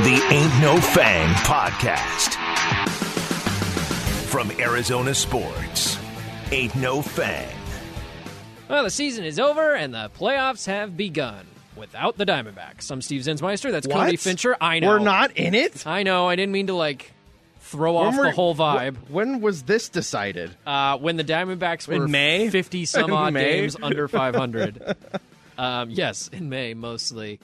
The Ain't No Fang Podcast. From Arizona Sports, Ain't No Fang. Well, the season is over and the playoffs have begun without the Diamondbacks. I'm Steve Zinsmeister. That's What? Cody Fincher. I know. We're not in it. I know. I didn't mean to like throw When off were- the whole vibe. wh- When was this decided? Uh, when the Diamondbacks were May? 50 some In odd May? games under 500. um, yes, in May mostly.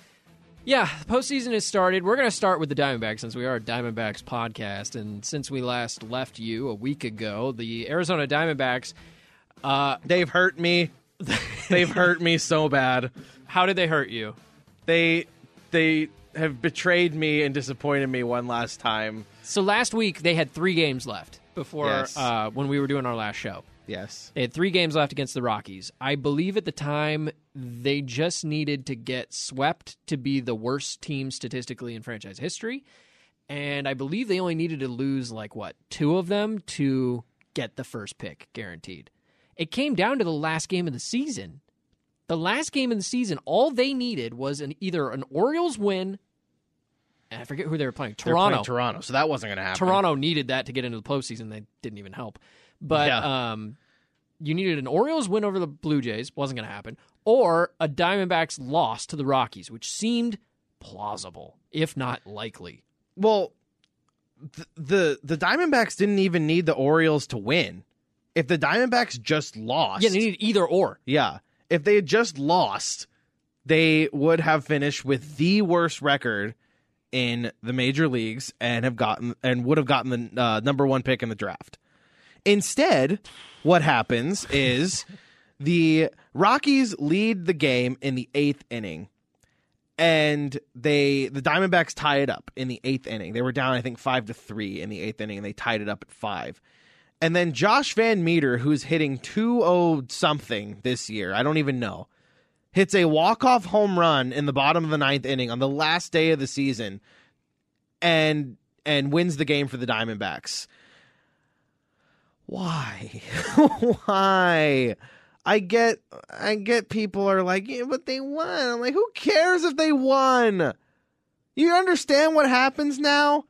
Yeah, the postseason has started. We're going to start with the Diamondbacks since we are a Diamondbacks podcast. And since we last left you a week ago, the Arizona Diamondbacks, They've hurt me. They've hurt me so bad. how did they hurt you? They they have betrayed me and disappointed me one last time. So last week they had three games left before Yes. uh, when we were doing our last show. Yes. They had three games left against the Rockies. I believe at the time they just needed to get swept to be the worst team statistically in franchise history. And I believe they only needed to lose like what, two of them to get the first pick guaranteed. It came down to the last game of the season. The last game of the season, all they needed was an either an Orioles win, and I forget who they were playing. They're Toronto. playing Toronto. So that wasn't going to happen. Toronto needed that to get into the postseason. They didn't even help. But Yeah. um, you needed an Orioles win over the Blue Jays. Wasn't going to happen. Or a Diamondbacks loss to the Rockies, which seemed plausible, if not likely. Well, th- the the Diamondbacks didn't even need the Orioles to win. If the Diamondbacks just lost, Yeah, they needed either or. Yeah. If they had just lost, they would have finished with the worst record in the major leagues and have gotten and would have gotten the uh, number one pick in the draft. Instead, what happens is the Rockies lead the game in the eighth inning, and they the Diamondbacks tie it up in the eighth inning. They were down, I think, five to three in the eighth inning, and they tied it up at five. And then Josh Van Meter, who's hitting 2-0 something this year, I don't even know, hits a walk-off home run in the bottom of the ninth inning on the last day of the season and and wins the game for the Diamondbacks. Why? Why? I get I get people are like, yeah, but they won. I'm like, who cares if they won? You understand what happens now?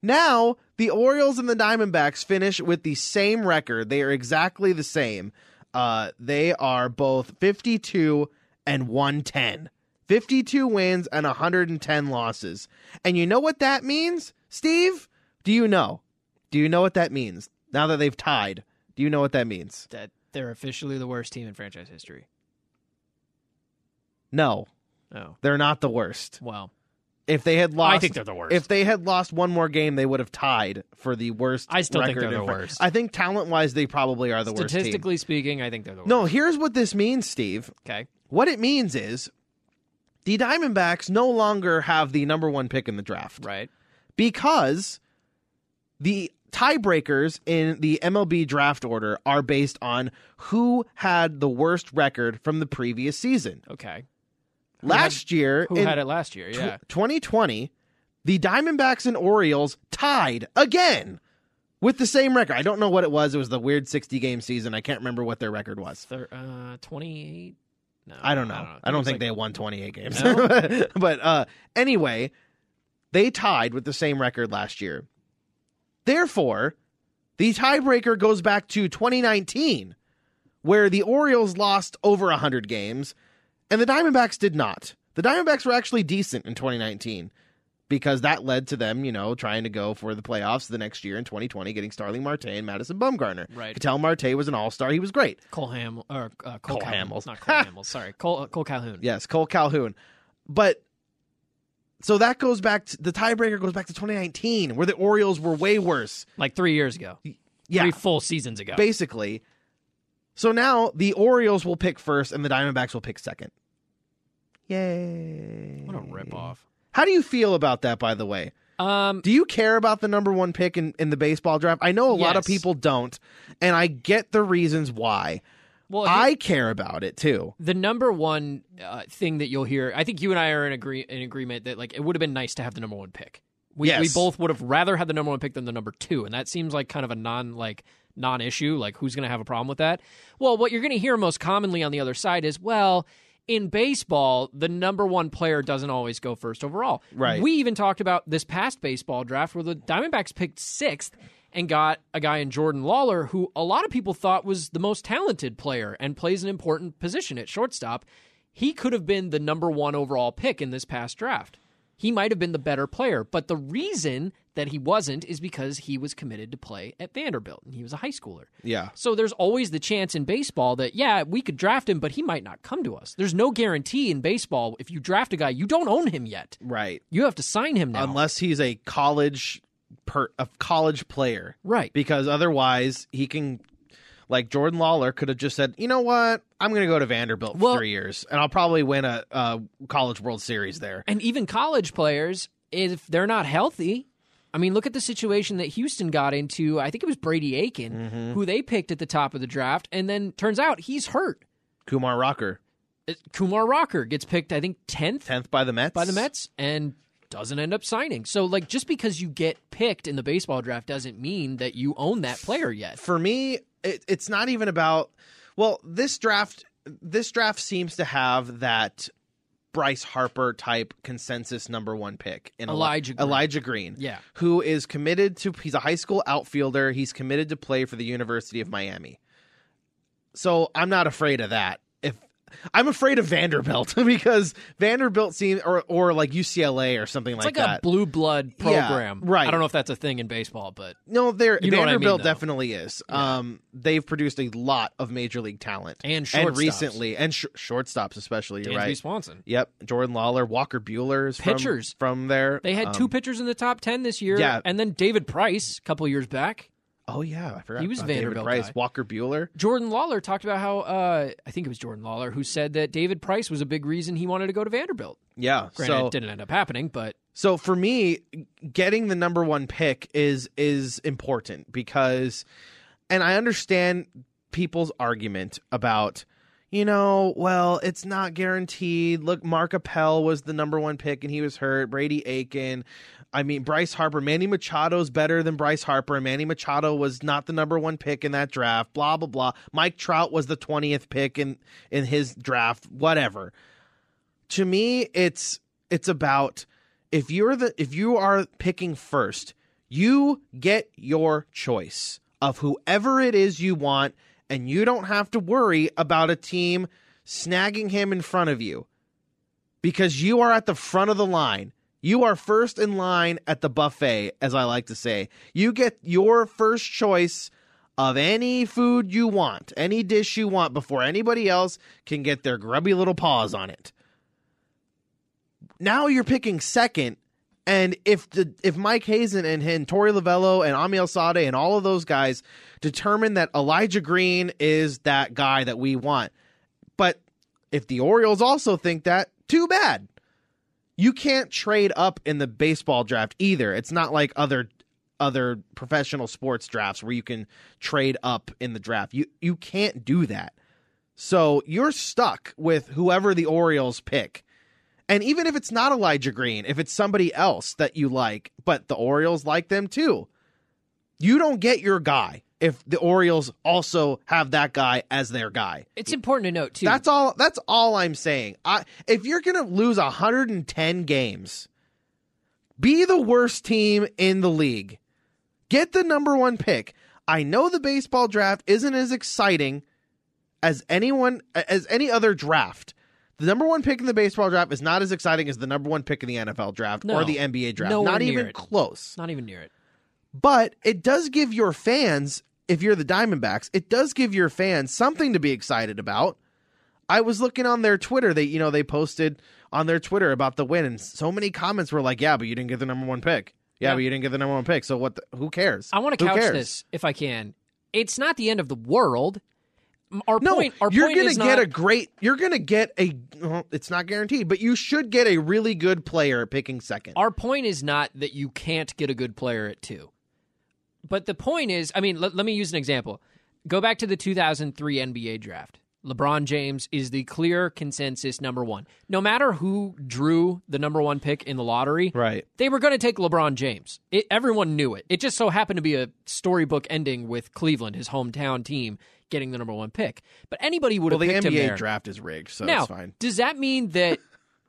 Now, the Orioles and the Diamondbacks finish with the same record. They are exactly the same. Uh, they are both 52 and 110. 52 wins and 110 losses. And you know what that means, Steve? Do you know? Do you know what that means? Now that they've tied, do you know what that means? That they're officially the worst team in franchise history. No, Oh, they're not the worst. well, If they had lost, I think they're the worst. If they had lost one more game, they would have tied for the worst. I still think record they're in the fr- worst. I think talent wise, they probably are the worst. team. statistically speaking, I think they're the worst. No, here's what this means, Steve. Okay. What it means is the Diamondbacks no longer have the number one pick in the draft Right. because the tiebreakers in the MLB draft order are based on who had the worst record from the previous season. Okay. Last year, Who in had it last year? tw- Yeah. 2020, the Diamondbacks and Orioles tied again with the same record. I don't know what it was. It was the weird 60 game season. I can't remember what their record was. Thir- uh, 28? No. I don't know. I don't, it's think like- they won 28 games. No? but uh, anyway, they tied with the same record last year. Therefore, the tiebreaker goes back to 2019, where the Orioles lost over 100 games and the Diamondbacks did not. The Diamondbacks were actually decent in 2019 because that led to them, you know, trying to go for the playoffs the next year in 2020, getting Starling Marte and Madison Bumgarner. Right. Could tell Marte was an all star. He was great. Cole Ham or uh, Cole, Cole Calhoun. Hamels. Not Cole Hamels. Sorry, Cole uh, Cole Calhoun. Yes, Cole Calhoun. But so that goes back to the tiebreaker goes back to 2019 where the Orioles were way worse. Like three years ago, Yeah, three full seasons ago. basically. So now the Orioles will pick first and the Diamondbacks will pick second. Yay. what a ripoff. How do you feel about that by the way? Um, Do you care about the number 1 pick in, in the baseball draft? I know a lot of Yes. people don't and I get the reasons why. well, here- I care about it too. the number one uh, thing that you'll hear, I think you and I are in agree in agreement that like it would have been nice to have the number one pick. We we Yes. both would have rather had the number one pick than the number two, and that seems like kind of a non like non issue. Like who's going to have a problem with that? Well, what you're going to hear most commonly on the other side is well. in baseball, the number one player doesn't always go first overall. Right. We even talked about this past baseball draft where the Diamondbacks picked sixth and got a guy in Jordan Lawler who a lot of people thought was the most talented player and plays an important position at shortstop. He could have been the number one overall pick in this past draft. He might have been the better player, but the reason that he wasn't is because he was committed to play at Vanderbilt and he was a high schooler. Yeah. So there's always the chance in baseball that yeah, we could draft him, but he might not come to us. There's no guarantee in baseball if you draft a guy, you don't own him yet. Right. You have to sign him now. Unless he's a college per a college player. right. Because otherwise he can like Jordan Lawler could have just said, you know what? I'm gonna go to Vanderbilt for Well- three years and I'll probably win a, a college world series there. and even college players, if they're not healthy, I mean, look at the situation that Houston got into. I think it was Brady Aiken, Mm-hmm. who they picked at the top of the draft, and then turns out he's hurt. Kumar Rocker. Uh, Kumar Rocker gets picked, I think, 10th Tenth by the Mets. by the Mets and doesn't end up signing. So, like, just because you get picked in the baseball draft doesn't mean that you own that player yet. for me, it, it's not even about. Well, this draft, this draft seems to have that Bryce Harper type consensus number one pick in Eli- Elijah Green. Elijah Green, Yeah. who is committed to. He's a high school outfielder. He's committed to play for the University of Miami. So I'm not afraid of that. If I'm afraid of Vanderbilt because Vanderbilt seems or or like UCLA or something It's like, like, that. a blue blood Yeah, program. right. I don't know if that's a thing in baseball, but no, there You know what I mean, Vanderbilt though. definitely is. Um, they've produced a lot of major league talent and and shortstops. recently and sh- shortstops especially. You're Dansby right. Swanson. Yep, Jordan Lawler, Walker Bueller, is from- Pitchers. from, there. They had Um, two pitchers in the top 10 this year. yeah. And then David Price a couple years back. Oh yeah, I forgot. He was about David Vanderbilt Price, guy. Walker Bueller. Jordan Lawler talked about how, uh, I think it was Jordan Lawler, who said that David Price was a big reason he wanted to go to Vanderbilt. Yeah. Granted, so it didn't end up happening, but So for me, getting the number one pick is is important because, and I understand people's argument about, you know, well, it's not guaranteed. Look, Mark Appel was the number one pick and he was hurt. Brady Aiken, I mean Bryce Harper, Manny Machado's better than Bryce Harper, and Manny Machado was not the number one pick in that draft. Blah blah blah. Mike Trout was the twentieth pick in in his draft. Whatever to me it's it's about if you're the if you are picking first you get your choice of whoever it is you want and you don't have to worry about a team snagging him in front of you because you are at the front of the line you are first in line at the buffet as i like to say you get your first choice of any food you want any dish you want before anybody else can get their grubby little paws on it now you're picking second. And if the if Mike Hazen and him, Tori Lavello and Ami Sade and all of those guys determine that Elijah Green is that guy that we want, but if the Orioles also think that, too bad. You can't trade up in the baseball draft either. It's not like other other professional sports drafts where you can trade up in the draft. You you can't do that. So you're stuck with whoever the Orioles pick. And even if it's not Elijah Green, if it's somebody else that you like, but the Orioles like them too, you don't get your guy if the Orioles also have that guy as their guy. it's important to note, too. That's all that's all I'm saying. I if you're going to lose 110 games, be the worst team in the league. Get the number 1 pick. I know the baseball draft isn't as exciting as anyone as any other draft. The number 1 pick in the baseball draft is not as exciting as the number 1 pick in the NFL draft No. or the NBA draft. Nowhere not near even it. close. not even near it. But it does give your fans, if you're the Diamondbacks, it does give your fans something to be excited about. I was looking on their Twitter. They, you know, they posted on their Twitter about the win, and so many comments were like, "Yeah, but you didn't get the number one pick. Yeah, Yeah. but you didn't get the number one pick. So what? The, who cares? I want to Who couch cares? this if I can. It's not the end of the world. M- Our No, point, our you're point gonna is get not, a great. You're gonna get a. well, it's not guaranteed, but you should get a really good player at picking second. Our point is not that you can't get a good player at two. But the point is, I mean, let, let me use an example. Go back to the 2003 NBA draft. LeBron James is the clear consensus number one. No matter who drew the number one pick in the lottery, Right. they were going to take LeBron James. It, everyone knew it. It just so happened to be a storybook ending with Cleveland, his hometown team, getting the number one pick. But anybody would Well, have the picked him there. NBA draft is rigged, so now, it's fine. does that mean that?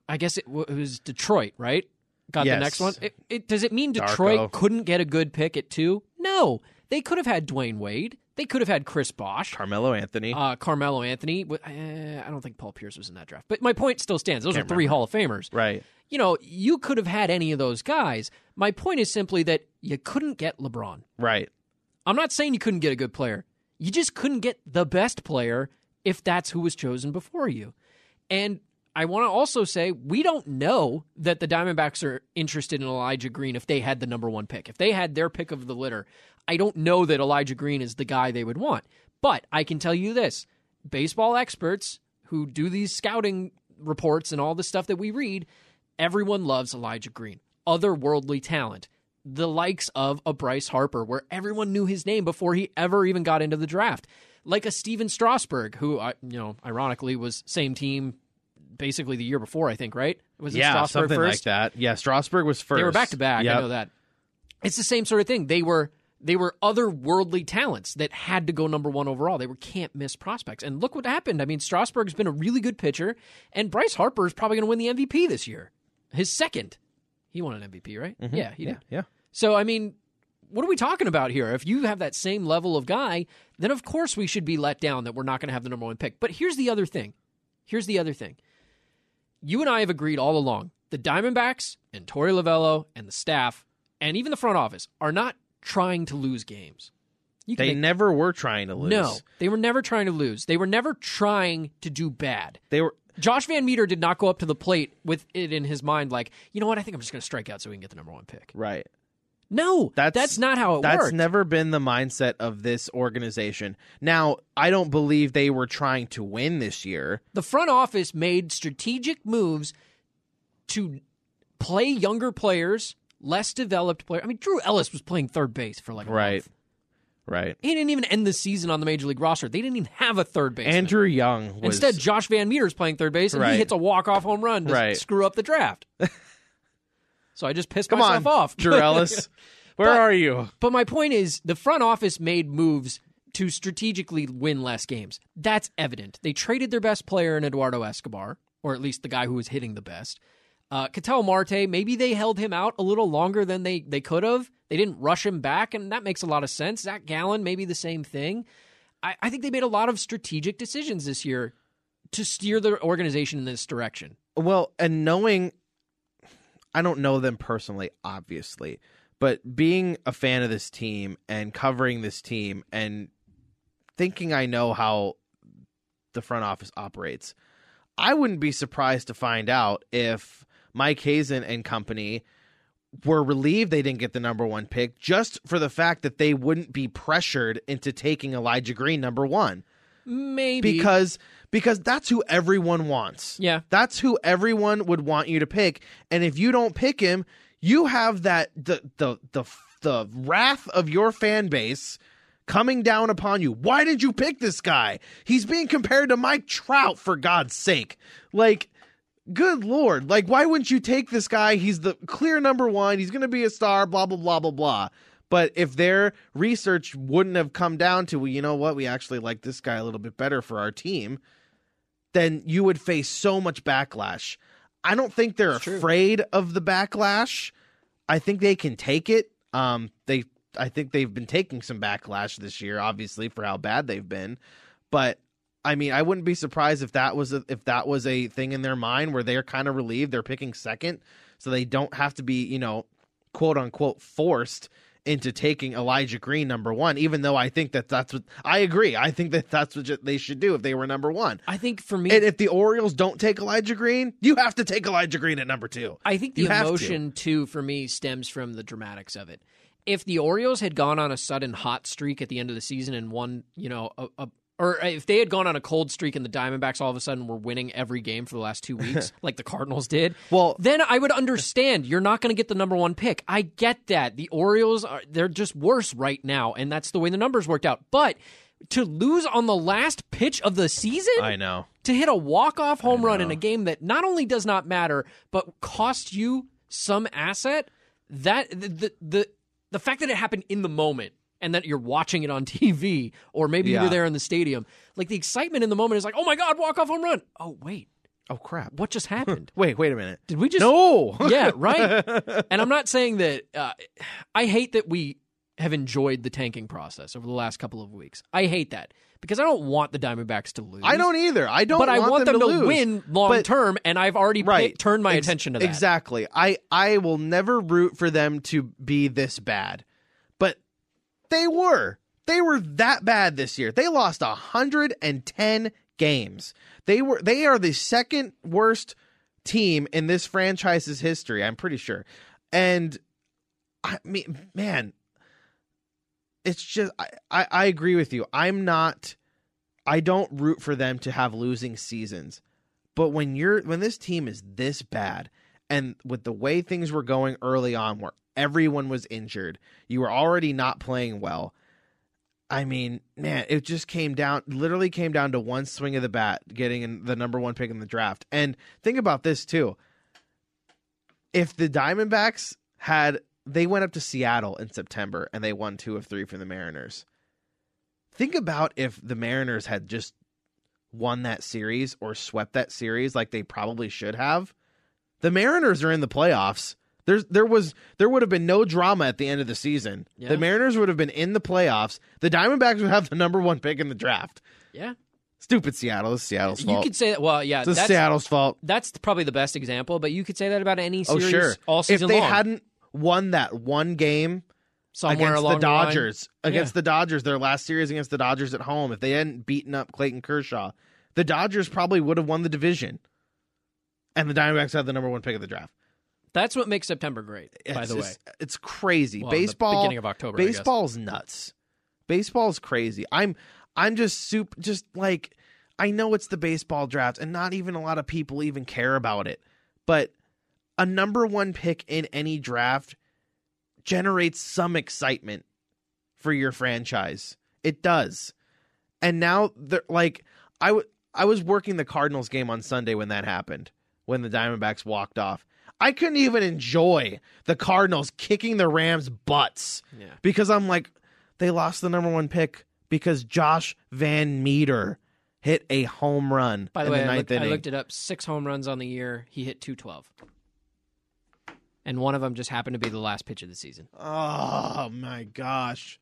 I guess it, w- it was Detroit, right? Got Yes. the next one. It, it, does it mean Detroit Darko. couldn't get a good pick at two? No, they could have had Dwayne Wade. They could have had Chris Bosh, Carmelo Anthony. uh, Carmelo Anthony. W- eh, I don't think Paul Pierce was in that draft, but my point still stands. Those Can't are three remember. Hall of Famers right. you know, you could have had any of those guys. My point is simply that you couldn't get LeBron. Right. I'm not saying you couldn't get a good player. You just couldn't get the best player if that's who was chosen before you. And I want to also say we don't know that the Diamondbacks are interested in Elijah Green if they had the number one pick. If they had their pick of the litter, I don't know that Elijah Green is the guy they would want. But I can tell you this baseball experts who do these scouting reports and all the stuff that we read, everyone loves Elijah Green. Otherworldly talent the likes of a Bryce Harper, where everyone knew his name before he ever even got into the draft, like a Steven Strasburg, who I, you know, ironically was same team basically the year before, I think, right? Was it Yeah, Strasburg something first? like that. Yeah, Strasburg was first. They were back to back. Yep. I know that. It's the same sort of thing. They were they were otherworldly talents that had to go number one overall. They were can't miss prospects. And look what happened. I mean, Strasburg's been a really good pitcher, and Bryce Harper is probably going to win the MVP this year. His second. He won an MVP, right? Yeah, he Mm-hmm. Yeah. did. Yeah. So, I mean, what are we talking about here? If you have that same level of guy, then of course we should be let down that we're not going to have the number one pick. But here's the other thing. Here's the other thing. You and I have agreed all along the Diamondbacks and Tori Lavello and the staff and even the front office are not trying to lose games. You They make- never were trying to lose. no, they were never trying to lose. They were never trying to do bad. They were Josh Van Meter did not go up to the plate with it in his mind, like, you know what? I think I'm just going to strike out so we can get the number one pick. right. No, That's that's, not how it That's worked. never been the mindset of this organization. Now, I don't believe they were trying to win this year. the front office made strategic moves to play younger players, less developed players. I mean, Drew Ellis was playing third base for like a Right. month. Right. He didn't even end the season on the major league roster. They didn't even have a third baseman. Andrew Young was Instead, Josh Van Meter is playing third base, and Right. he hits a walk-off home run to Right. screw up the draft. so I just pissed Come myself on, off. Drew Ellis. Where But- are you? But my point is, the front office made moves to strategically win less games. That's evident. They traded their best player in Eduardo Escobar, or at least the guy who was hitting the best. Uh, Cattell Marte, maybe they held him out a little longer than they, they could have. They didn't rush him back, and that makes a lot of sense. Zach Gallen, maybe the same thing. I, I think they made a lot of strategic decisions this year to steer the organization in this direction. Well, and knowing, I don't know them personally, obviously, but being a fan of this team and covering this team and thinking I know how the front office operates, I wouldn't be surprised to find out if Mike Hazen and company were relieved they didn't get the number one pick just for the fact that they wouldn't be pressured into taking Elijah Green number one Maybe. because because that's who everyone wants. Yeah. That's who everyone would want you to pick. And if you don't pick him, you have that the the the the wrath of your fan base coming down upon you. Why did you pick this guy? He's being compared to Mike Trout for God's sake. Like good lord like why wouldn't you take this guy he's the clear number one he's gonna be a star blah blah blah blah blah but if their research wouldn't have come down to well, you know what we actually like this guy a little bit better for our team then you would face so much backlash i don't think they're It's true. afraid of the backlash i think they can take it um they i think they've been taking some backlash this year obviously for how bad they've been but I mean, I wouldn't be surprised if that was a, if that was a thing in their mind where they're kind of relieved they're picking second, so they don't have to be you know, quote unquote forced into taking Elijah Green number one. Even though I think that that's what I agree. I think that that's what ju- they should do if they were number one. I think for me, And if the Orioles don't take Elijah Green, you have to take Elijah Green at number two. I think the You have to. emotion too for me stems from the dramatics of it. If the Orioles had gone on a sudden hot streak at the end of the season and won, you know, a, a or if they had gone on a cold streak and the Diamondbacks all of a sudden were winning every game for the last two weeks, like the Cardinals did, Well- then I would understand. You're not going to get the number one pick. I get that. The Orioles are they're just worse right now, and that's the way the numbers worked out. But to lose on the last pitch of the season, I know. to hit a walk-off home run in a game that not only does not matter but cost you some asset that the the the, the fact that it happened in the moment and that you're watching it on TV or maybe Yeah. you're there in the stadium. Like the excitement in the moment is like, oh my God, walk off home run. Oh, wait, Oh crap! what just happened? Wait, wait a minute. Did we just. No. yeah, right. And I'm not saying that. Uh, I hate that we have enjoyed the tanking process over the last couple of weeks. I hate that because I don't want the Diamondbacks to lose. I don't either. I don't. but I want them, to lose. win long But- term, and I've already Right. picked- turned my Ex- attention to that. Exactly. I I will never root for them to be this bad, but they were. They were that bad this year. They lost 110 games. They were they are the second worst team in this franchise's history, I'm pretty sure. And I mean, man, it's just I, I, I agree with you. I'm not I don't root for them to have losing seasons. But when you're when this team is this bad and with the way things were going early on where everyone was injured, you were already not playing well. I mean, man, it just came down literally came down to one swing of the bat getting in the number 1 pick in the draft. And think about this too. If the Diamondbacks had they went up to Seattle in September and they won 2 of 3 from the Mariners. Think about if the Mariners had just won that series or swept that series like they probably should have. The Mariners are in the playoffs. There's there was there would have been no drama at the end of the season. Yeah. The Mariners would have been in the playoffs. The Diamondbacks would have the number one pick in the draft. Yeah, Stupid Seattle. It's Seattle's you fault. could say that. Well, yeah, it's that's Seattle's fault. that's probably the best example. But you could say that about any Oh series sure. all season if they long. hadn't won that one game somewhere against along the line. Dodgers, against the Dodgers, their last series against the Dodgers at home, if they hadn't beaten up Clayton Kershaw, the Dodgers probably would have won the division. And the Diamondbacks had the number one pick of the draft. that's what makes September great. by It's the way, just- it's crazy. Well, the baseball beginning of October, I guess. Baseball's nuts. Baseball's crazy. I'm I'm just soup just like I know it's the baseball draft and not even a lot of people even care about it. But a number 1 pick in any draft generates some excitement for your franchise. It does. And now they're like I w- I was working the Cardinals game on Sunday when that happened, when the Diamondbacks walked off. I couldn't even enjoy the Cardinals kicking the Rams butts Yeah. because I'm like they lost the number 1 pick because Josh Van Meter hit a home run By the in way, the I ninth looked, I inning. looked it up. Six home runs on the year. He hit two twelve, and one of them just happened to be the last pitch of the season. oh my gosh.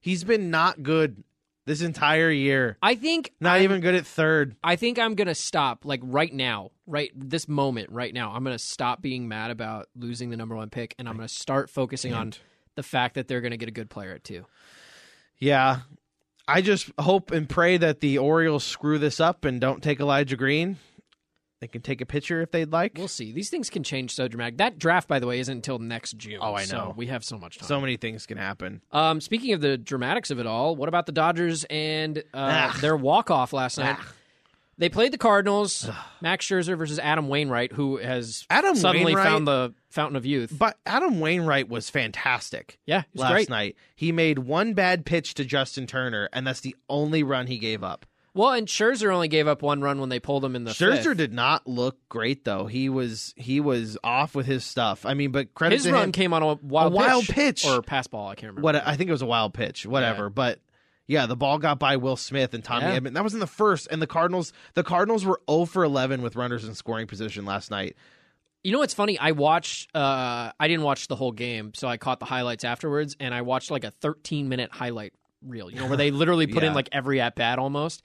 He's been not good this entire year. I think Not I'm- even good at third. I think I'm gonna stop like right now, right this moment, right now. I'm gonna stop being mad about losing the number one pick, and I'm gonna start focusing on can't. the fact that they're gonna get a good player at two. Yeah. I just hope and pray that the Orioles screw this up and don't take Elijah Green. They can take a picture if they'd like. We'll see. These things can change so dramatic. That draft, by the way, isn't until next June. Oh, I so know. we have so much time. so many things can happen. um, speaking of the dramatics of it all, what about the Dodgers and uh, Ugh. their walk off last night? Ugh. They played the Cardinals. Max Scherzer versus Adam Wainwright, who has Adam suddenly Wainwright- found the fountain of youth. But Adam Wainwright was fantastic yeah, it was last great. night. He made one bad pitch to Justin Turner, and that's the only run he gave up. Well, and Scherzer only gave up one run when they pulled him in the Scherzer fifth. did not look great though. He was he was off with his stuff. I mean, but credit His to run him. came on a wild, A wild pitch. or pass ball. I can't remember. what I think it was a wild pitch, whatever. But yeah, the ball got by Will Smith and Tommy Yeah. Edman. That was in the first, and the Cardinals the Cardinals were 0 for 11 with runners in scoring position last night. You know what's funny? I watched. Uh, I didn't watch the whole game, so I caught the highlights afterwards, and I watched like a 13 minute highlight reel. You know where they literally put Yeah. in like every at bat almost,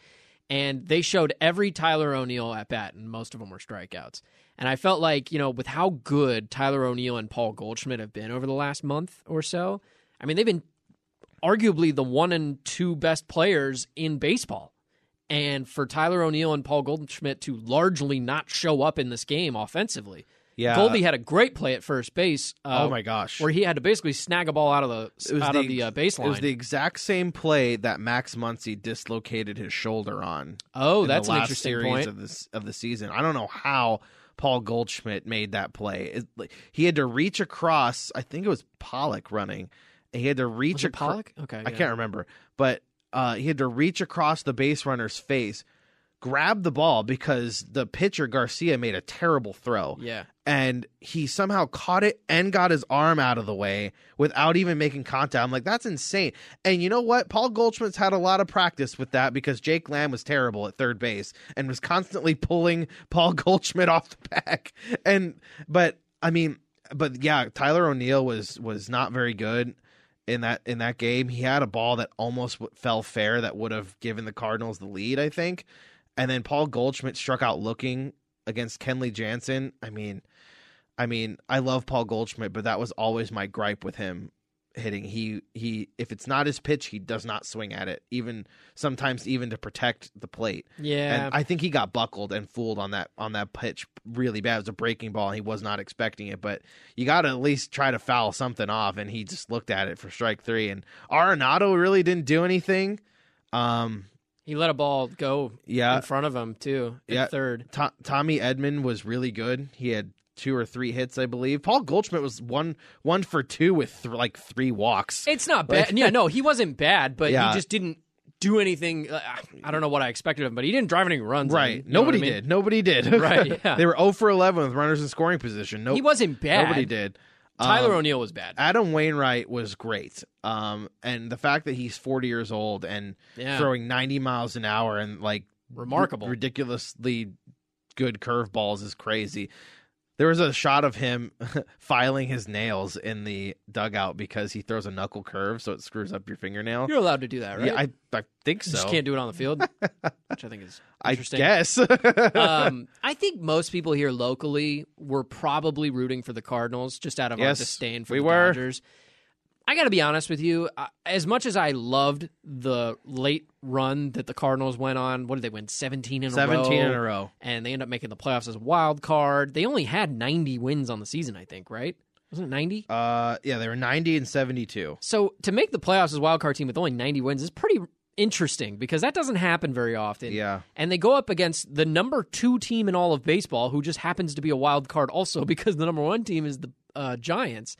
and they showed every Tyler O'Neill at bat, and most of them were strikeouts. And I felt like you know with how good Tyler O'Neill and Paul Goldschmidt have been over the last month or so. I mean, they've been arguably the one and two best players in baseball. And for Tyler O'Neill and Paul Goldschmidt to largely not show up in this game offensively, Yeah. Goldie had a great play at first base. Uh, oh my gosh. Where he had to basically snag a ball out of the out of the uh, baseline. It was the exact same play that Max Muncy dislocated his shoulder on. oh, in the that's an last interesting series point. of this of the season. I don't know how Paul Goldschmidt made that play. It- like, he had to reach across. I think it was Pollock running. and He had to reach Was it across. Pollock? Okay, I yeah. can't remember, but uh, he had to reach across the base runner's face. grabbed the ball because the pitcher Garcia made a terrible throw Yeah. and he somehow caught it and got his arm out of the way without even making contact. I'm like, that's insane. And you know what? Paul Goldschmidt's had a lot of practice with that because Jake Lamb was terrible at third base and was constantly pulling Paul Goldschmidt off the back. And but I mean, but yeah, Tyler O'Neill was was not very good in that in that game. He had a ball that almost w- fell fair that would have given the Cardinals the lead, I think. And then Paul Goldschmidt struck out looking against Kenley Jansen. I mean, I mean, I love Paul Goldschmidt, but that was always my gripe with him hitting. He he if it's not his pitch, he does not swing at it, even sometimes even to protect the plate. Yeah. And I think he got buckled and fooled on that on that pitch really bad. It was a breaking ball and he was not expecting it, but you got to at least try to foul something off and he just looked at it for strike 3 and Arenado really didn't do anything. Um he let a ball go yeah, in front of him too. In Yeah. Third. To- Tommy Edmond was really good. He had two or three hits, I believe. Paul Goldschmidt was one one for two with th- like three walks. It's not bad. Like- yeah. No, he wasn't bad, but Yeah. he just didn't do anything. uh, I don't know what I expected of him, but he didn't drive any runs. in, right. you know what Nobody I mean? did. Nobody did. Right, yeah. they were 0 for 11 with runners in scoring position. No, He wasn't bad. Nobody did. Tyler Um, O'Neill was bad. Adam Wainwright was great. Um, and the fact that he's 40 years old and Yeah. throwing 90 miles an hour and like Remarkable. ridiculously good curveballs is crazy. There was a shot of him filing his nails in the dugout because he throws a knuckle curve, so it screws up your fingernail. You're allowed to do that, right? Yeah, I, I think You so. just can't do it on the field, which I think is I interesting. guess. um, I think most people here locally were probably rooting for the Cardinals just out of Yes, our disdain for we the were. Dodgers. I got to be honest with you. I, as much as I loved the late run that the Cardinals went on, what did they win? Seventeen in a row. 17 in a row. and they end up making the playoffs as a wild card. They only had ninety wins on the season, I think. Right? Wasn't it ninety? Uh, yeah, they were 90 and 72. So to make the playoffs as a wild card team with only 90 wins is pretty interesting because that doesn't happen very often. Yeah. And they go up against the number two team in all of baseball, who just happens to be a wild card also because the number one team is the uh, Giants.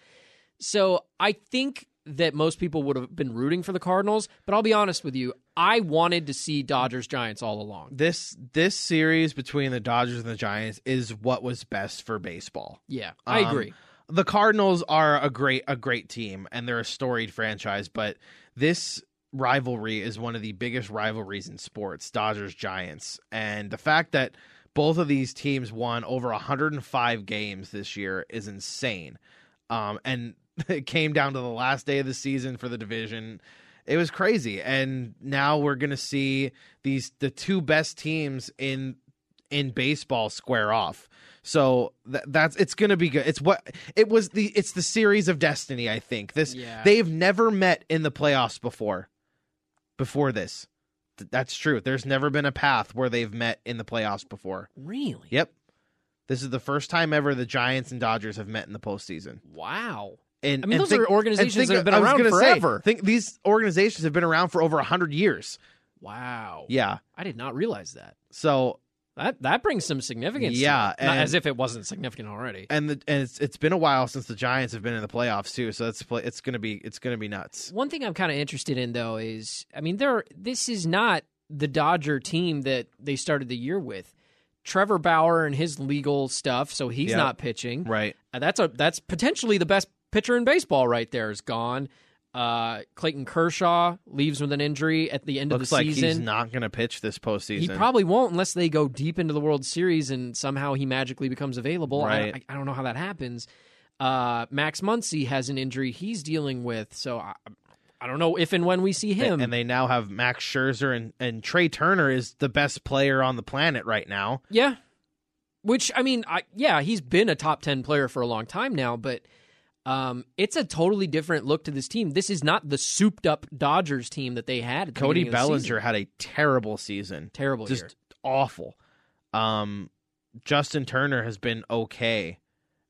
So I think that most people would have been rooting for the Cardinals, but I'll be honest with you, I wanted to see Dodgers Giants all along. This this series between the Dodgers and the Giants is what was best for baseball. Yeah, I Um, agree. The Cardinals are a great a great team and they're a storied franchise, but this rivalry is one of the biggest rivalries in sports, Dodgers Giants. And the fact that both of these teams won over 105 games this year is insane. Um and it came down to the last day of the season for the division. It was crazy. And now we're going to see these the two best teams in in baseball square off. So th- that's it's going to be good. It's what it was the it's the series of destiny. I think this Yeah. they've never met in the playoffs before. Before this, Th- that's true. There's never been a path where they've met in the playoffs before. Really? Yep, this is the first time ever the Giants and Dodgers have met in the postseason. Wow. And I mean, and those think- are organizations and think- that have been I was around gonna say, forever. think these organizations have been around for over hundred years. Wow. Yeah, I did not realize that. so That that brings some significance. to Yeah, it. Not and- as if it wasn't significant already. and the, and it's it's been a while since the Giants have been in the playoffs too. So that's pla- it's gonna be it's gonna be nuts. One thing I'm kind of interested in though is, I mean, there this is not the Dodger team that they started the year with. Trevor Bauer and his legal stuff, so he's Yeah. not pitching. Right. Uh, that's a that's potentially the best pitcher in baseball right there is gone. Uh, Clayton Kershaw leaves with an injury at the end Looks of like the season. he's not gonna pitch this postseason. He probably won't unless they go deep into the World Series and somehow he magically becomes available. I- Right. I, I don't know how that happens. Uh, Max Muncy has an injury he's dealing with, so I, I don't know if and when we see him. and they now have Max Scherzer and, and Trey Turner is the best player on the planet right now. yeah, which I mean, I, yeah, he's been a top ten player for a long time now, but um, it's a totally different look to this team. This is not the souped up Dodgers team that they had. At the Cody beginning of the Bellinger season. had a terrible season. terrible Just year. awful. Um Justin Turner has been okay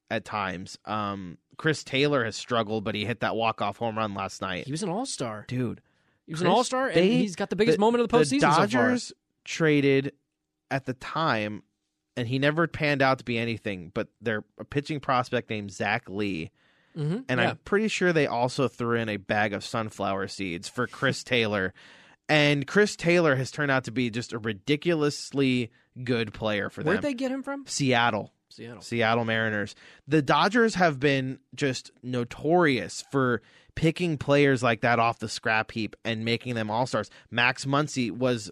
at times. Um Chris Taylor has struggled, but he hit that walk off home run last night. He was an all star. Dude. He was an Chris, all star, and they- he's got the biggest moment of the postseason so The far. Dodgers traded at the time, and he never panned out to be anything. But they're a pitching prospect named Zach Lee, Mhm, and yeah. I'm pretty sure they also threw in a bag of sunflower seeds for Chris Taylor. And Chris Taylor has turned out to be just a ridiculously good player for Where'd them. they get him from? Seattle. Seattle. Seattle Mariners. The Dodgers have been just notorious for picking players like that off the scrap heap and making them all stars. Max Muncy was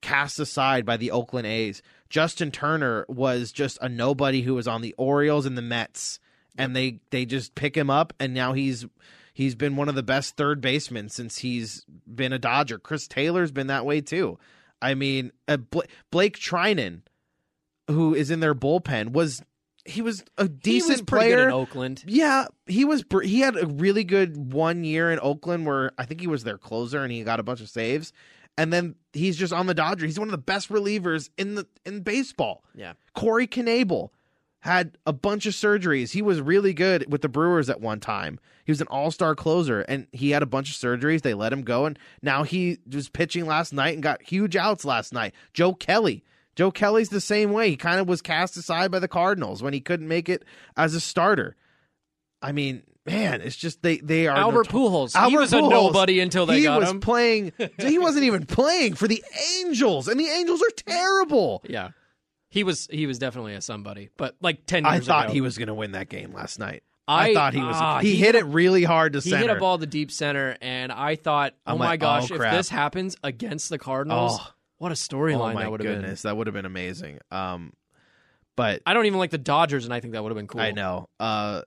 cast aside by the Oakland A's. Justin Turner was just a nobody who was on the Orioles and the Mets, and they they just pick him up, and now he's he's been one of the best third basemen since he's been a Dodger. Chris Taylor's been that way too. I mean, uh, Bla- Blake Trinan, who is in their bullpen, was he was a decent he was pretty good player. in Oakland. Yeah, he was. br- He had a really good one year in Oakland, where I think he was their closer, and he got a bunch of saves. And then he's just on the Dodgers. He's one of the best relievers in the in baseball. Yeah. Corey Knable had a bunch of surgeries. He was really good with the Brewers at one time. He was an all star closer, and he had a bunch of surgeries. They let him go, and now he was pitching last night and got huge outs last night. Joe Kelly. Joe Kelly's the same way. He kind of was cast aside by the Cardinals when he couldn't make it as a starter. I mean, man, it's just they they are Albert noto- Pujols. he Albert was a Pujols, nobody until they he got was him. playing. he wasn't even playing for the Angels, and the Angels are terrible. Yeah. He was he was definitely a somebody, but like ten years I thought ago. he was going to win that game last night. I, I, thought he was. ah, he, hit it really hard to He center. hit a ball to deep center, and I thought, oh I'm my like, gosh, oh, if crap. this happens against the Cardinals, Oh. what a Oh storyline my that would have been. goodness, that would have been amazing. Um, but I don't even like the Dodgers, and I think that would have been cool. I know. Uh,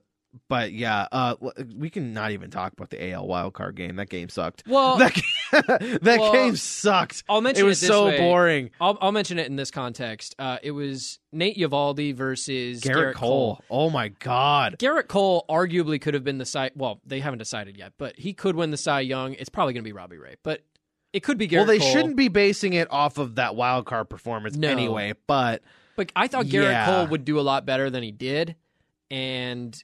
but yeah, uh, w- we can not even talk about the AL wildcard game. That game sucked. Well, that ga- that well, game sucked. I'll It mention was this so way. boring. I'll, I'll mention it in this context. Uh, it was Nate Uvalde versus Garrett, Cole. Oh my god. Garrett Cole arguably could have been the Cy. Well, they haven't decided yet, but he could win the Cy Young. It's probably going to be Robbie Ray, but it could be Garrett. well, they Cole. shouldn't be basing it off of that wild card performance No. anyway. But But I thought Garrett Yeah. Cole would do a lot better than he did, and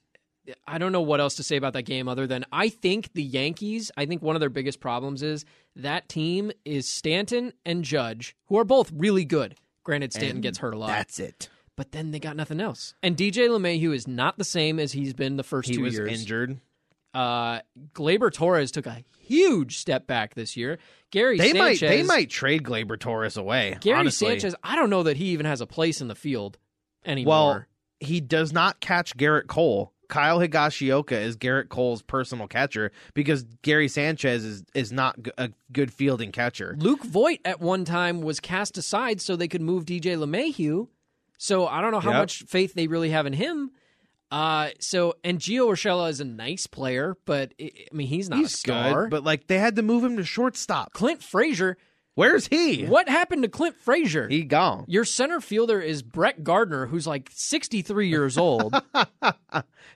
I don't know what else to say about that game other than I think the Yankees. I think one of their biggest problems is that team is Stanton and Judge, who are both really good. Granted, Stanton And gets hurt a lot. that's it. but then they got nothing else. And DJ LeMahieu is not the same as he's been the first He two was years. injured. Uh, Glaber Torres took a huge step back this year. Gary They might Sanchez, they might trade Glaber Torres away. Gary honestly. Sanchez. I don't know that he even has a place in the field Well, anymore. he does not catch Garrett Cole. Kyle Higashioka is Garrett Cole's personal catcher because Gary Sanchez is is not g- a good fielding catcher. Luke Voigt at one time was cast aside so they could move DJ LeMahieu. So I don't know how Yep. much faith they really have in him. Uh, so and Gio Urshela is a nice player, but i I mean he's not a He's star. good, but like they had to move him to shortstop. Clint Frazier, Where's he? what happened to Clint Frazier? He gone. Your center fielder is Brett Gardner, who's like 63 years old.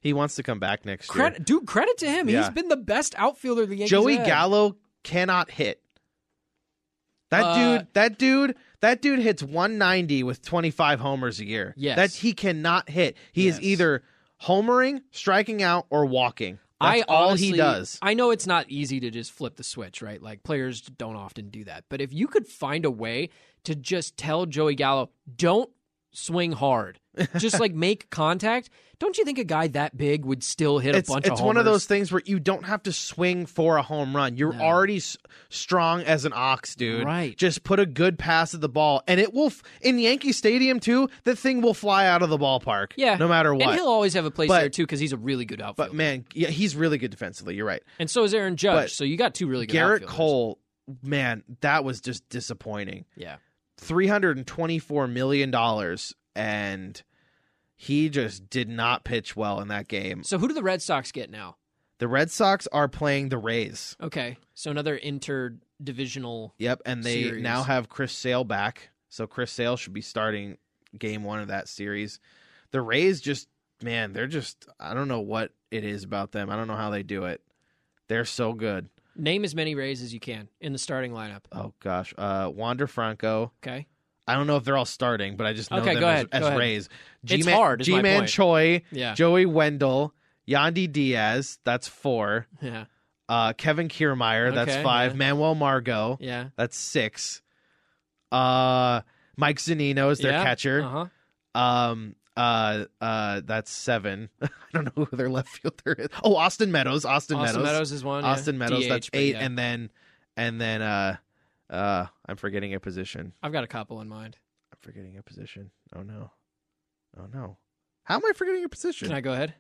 He wants to come back next year. credit, dude, credit to him. Yeah. He's been the best outfielder the Yankees Joey had. Gallo cannot hit. That Uh, dude, that dude, that dude hits 190 with 25 homers a year. Yes. That he cannot hit. He Yes. is either homering, striking out, or walking. That's I all he honestly- does. I know it's not easy to just flip the switch, right? Like players don't often do that. But if you could find a way to just tell Joey Gallo, don't swing hard, just like make contact, don't you think a guy that big would still hit It's, a bunch it's of one of homers? those things where you don't have to swing for a home run. You're No. already s- strong as an ox, dude. Right. Just put a good pass at the ball, and it will. F- in Yankee Stadium too, the thing will fly out of the ballpark. Yeah. No matter And what. he'll always have a place But- there, too, because he's a really good outfielder. But man, yeah, he's really good defensively. You're right. and so is Aaron Judge. but so you got two really good Garrett outfielders. Cole, man, that was just disappointing. Yeah. Three hundred and twenty-four million dollars, and he just did not pitch well in that game. So who do the Red Sox get now? The Red Sox are playing the Rays. Okay, so another interdivisional. Yep, and they Series. now have Chris Sale back, so Chris Sale should be starting game one of that series. The Rays just, man, they're just. I don't know what it is about them. I don't know how they do it. They're so good. Name as many Rays as you can in the starting lineup. Oh gosh, uh, Wander Franco. Okay, I don't know if they're all starting, but I just know Okay, them go as, ahead, as go ahead. Rays. It's G-Man, hard, is my G-Man point. Choi, yeah, Joey Wendell, Yandy Diaz. That's four. yeah, Uh, Kevin Kiermeyer. that's Okay, five. yeah. Manuel Margot. yeah. That's six. Uh, Mike Zanino is their Yeah, catcher. Uh-huh. Um, uh, uh, that's seven. I don't know who their left fielder is. Oh, Austin Meadows. Austin, Austin Meadows. Meadows. is one. yeah. Austin Meadows. DH, that's but eight, yeah. and then and then uh, Uh, I'm forgetting a position. I've got a couple in mind. I'm forgetting a position. Oh no. Oh no. How am I forgetting a position? Can I go ahead?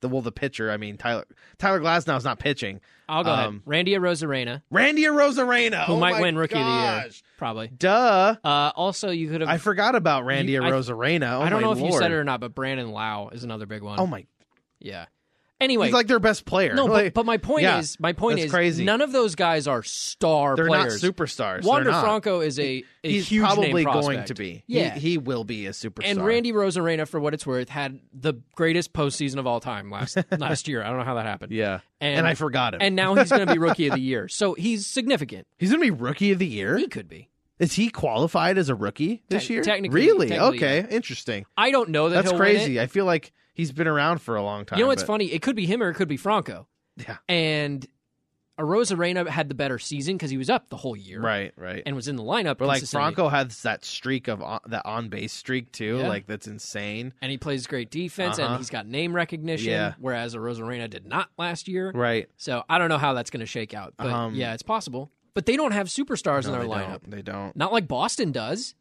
the well, the pitcher. I mean, Tyler Tyler Glasnow's not pitching. I'll go ahead. Um, Randy Rosarena, Randy Rosarena, who might win Rookie of the Year, probably. Duh. Uh, also, you could have. I forgot about Randy You- I- Rosarena. Oh, I don't my know if you Lord. said it or not, but Brandon Lau is another big one. Oh my! yeah. Anyway, He's like their best player. no, Like, but, but my point yeah, is, my point that's is, crazy. none of those guys are star they're players. not superstars. Wander they're not. Franco is a, a He's huge name probably going prospect. to be. He- Yeah, he, will be a superstar. and Randy Rosarena, for what it's worth, had the greatest postseason of all time last last year. I don't know how that happened. Yeah, And- and, I forgot him. And now he's going to be Rookie of the Year, so he's significant. he's gonna be rookie of the year. He could be. Is he qualified as a rookie this Te- year? technically- really? technically, okay, interesting. I don't know that That's he'll win it. crazy. I feel like he's been around for a long time. You know what's but- funny? It could be him or it could be Franco. Yeah. And Rosarena had the better season because he was up the whole year, Right, right. And was in the lineup, but like consistently. Franco has that streak of on, that on base streak too. Yeah. Like that's insane. and he plays great defense, and Uh-huh. he's got name recognition. Yeah. Whereas Rosarena did not last year, Right. so I don't know how that's going to shake out. But Um, yeah, it's possible. But they don't have superstars in No, their they lineup, don't. They don't. not like Boston does.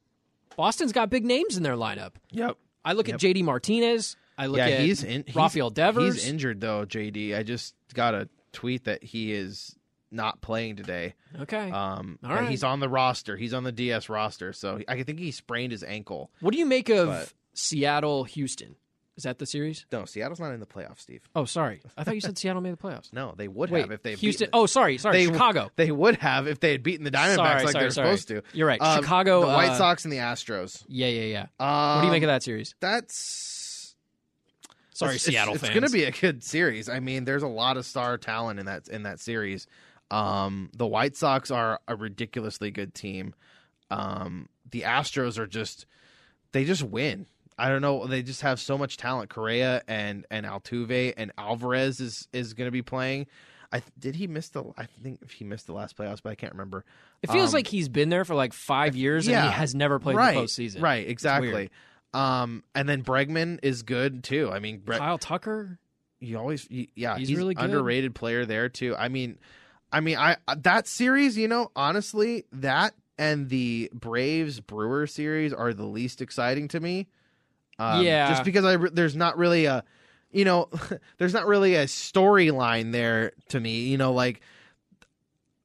Boston's got big names in their lineup. Yep. I look at JD Martinez. I look yeah, at he's in. He's, Rafael Devers. He's injured though, JD. I just got a tweet that he is not playing today. Okay. Um, All and right. he's on the roster. He's on the DS roster. So he- I think he sprained his ankle. what do you make of but- Seattle Houston? Is that the series? No, Seattle's not in the playoffs, Steve. Oh, sorry. I thought you said Seattle made the playoffs. No, they would Wait, have if they Houston. Beaten, Oh, sorry, sorry, they Chicago. They would have if they had beaten the Diamondbacks Sorry, like sorry, they're sorry. supposed to. You're right. Um, Chicago, the White uh, Sox, and the Astros. yeah, yeah, yeah. Um, What do you make of that series? That's Sorry, it's- Seattle it's, fans. It's going to be a good series. I mean, there's a lot of star talent in that in that series. Um, the White Sox are a ridiculously good team. Um, the Astros are just they just win. I don't know. They just have so much talent. Correa and and Altuve and Alvarez is is going to be playing. I th- did he miss the? I think he missed the last playoffs, but I can't remember. It feels um, like he's been there for like five years and yeah, he has never played right, the postseason. right, exactly. weird. Um, and then Bregman is good too. I mean, Bre- Kyle Tucker. you always you, yeah He's he's, really good. underrated player there too i mean i mean i uh, that series you know honestly that and the braves brewer series are the least exciting to me um, Yeah. just because i re- there's not really a you know there's not really a storyline there to me you know like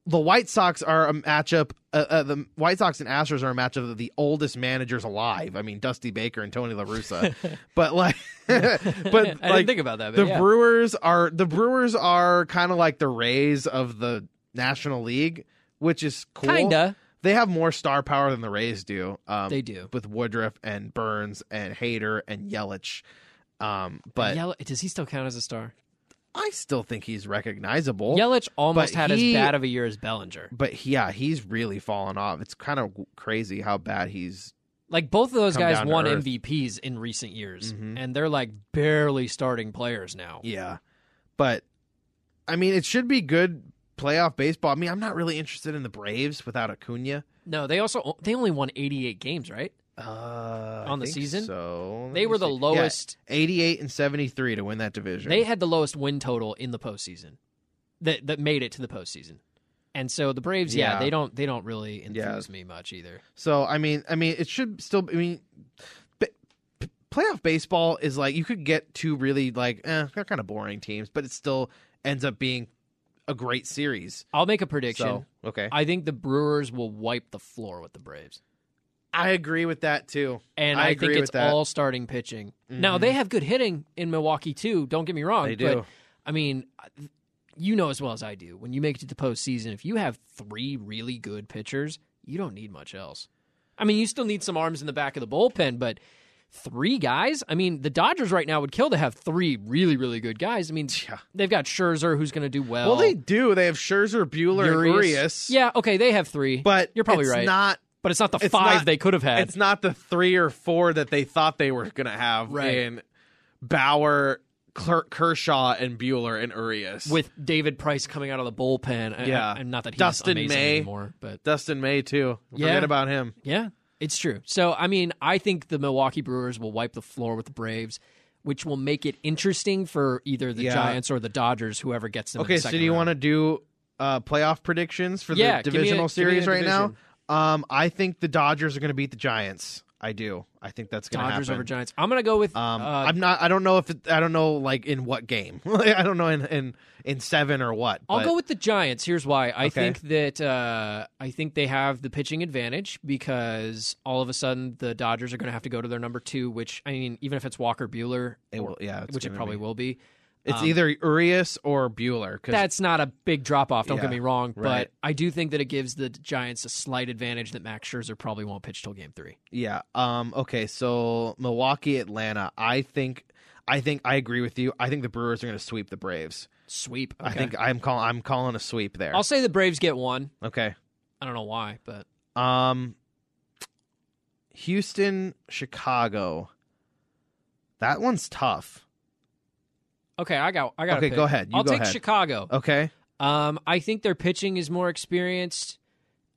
the White Sox are a matchup. Uh, uh, the White Sox and Astros are a matchup of the oldest managers alive. I mean, Dusty Baker and Tony La Russa. but like, but I like, didn't think about that. But the yeah. Brewers are the Brewers are kind of like the Rays of the National League, which is cool. kinda They have more star power than the Rays do. Um, they do. with Woodruff and Burns and Hayter and Yelich. Um, but Yelich, does he still count as a star? I still think he's recognizable. Yelich almost but had he- as bad of a year as Bellinger. But he- yeah, he's really fallen off. It's kind of crazy how bad he's. Like both of those Come guys down to won earth. MVPs in recent years, Mhm. and they're like barely starting players now. Yeah, but I mean, it should be good playoff baseball. I mean, I'm not really interested in the Braves without Acuna. No, they also they only won 88 games, right? Uh, I on the think season? So Let They me were the see. Yeah, lowest 88 and 73 to win that division. They had the lowest win total in the postseason that that made it to the postseason. And so the Braves, yeah, Yeah. they don't they don't really Yeah. enthuse me much either. so I mean, I mean, it should still. I mean, b- p- playoff baseball is like you could get two really like eh, they're kind of boring teams, but it still ends up being a great series. I'll make a prediction. So okay, I, I think the Brewers will wipe the floor with the Braves. agree with that too. And I, I agree think it's with that. Mm-hmm. all starting pitching. Now they have good hitting in Milwaukee too, don't get me wrong. They but, do. I mean you know as well as I do, when you make it to the postseason, if you have three really good pitchers, you don't need much else. I mean, you still need some arms in the back of the bullpen, but three guys? I mean, the Dodgers right now would kill to have three really, really good guys. I mean, Yeah. they've got Scherzer who's going to do well. Well, they do. They have Scherzer, Bueller, Oh. Urias. and Urias. Yeah, okay, they have three. but you're probably it's right. Not but it's not the it's five not- they could have had. It's not the three or four that they thought they were going to have Right. in Bauer, Cler- Kershaw, and Bueller and Urias. With David Price coming out of the bullpen, I- Yeah. I, and not that he's Dustin amazing May. anymore, but Dustin May too. Forget Yeah. about him. Yeah, it's true. So, I mean, I think the Milwaukee Brewers will wipe the floor with the Braves, which will make it interesting for either the Yeah. Giants or the Dodgers, whoever gets them. in Okay, the so second do you round. want to do uh, playoff predictions for Yeah, the give me a- divisional give me a series right division. now. Um, I think the Dodgers are going to beat the Giants. I do. I think that's going to happen. Dodgers over Giants. I'm gonna go with Um, uh, I'm not. I don't know if it, I don't know like in what game. I don't know in in in seven or what. I'll but go with the Giants. Here's why. I Okay. think that uh, I think they have the pitching advantage because all of a sudden the Dodgers are going to have to go to their number two, which I mean, even if it's Walker Bueller, It will- Um, yeah, it's which it gonna probably be- will be. It's either Urias or Bueller. 'cause- That's not a big drop off. Don't Yeah, get me wrong, right. but I do think that it gives the Giants a slight advantage that Max Scherzer probably won't pitch till Game Three. yeah. Um. Okay. So Milwaukee, Atlanta. I think. I think I agree with you. I think the Brewers are going to sweep the Braves. Sweep. I Okay. think I'm calling. I'm calling a sweep there. I'll say the Braves get one. okay. I don't know why, but Um. Houston, Chicago. That one's tough. okay. I got. I got. Okay, go ahead. You I'll go take ahead. Chicago. Okay. Um, I think their pitching is more experienced.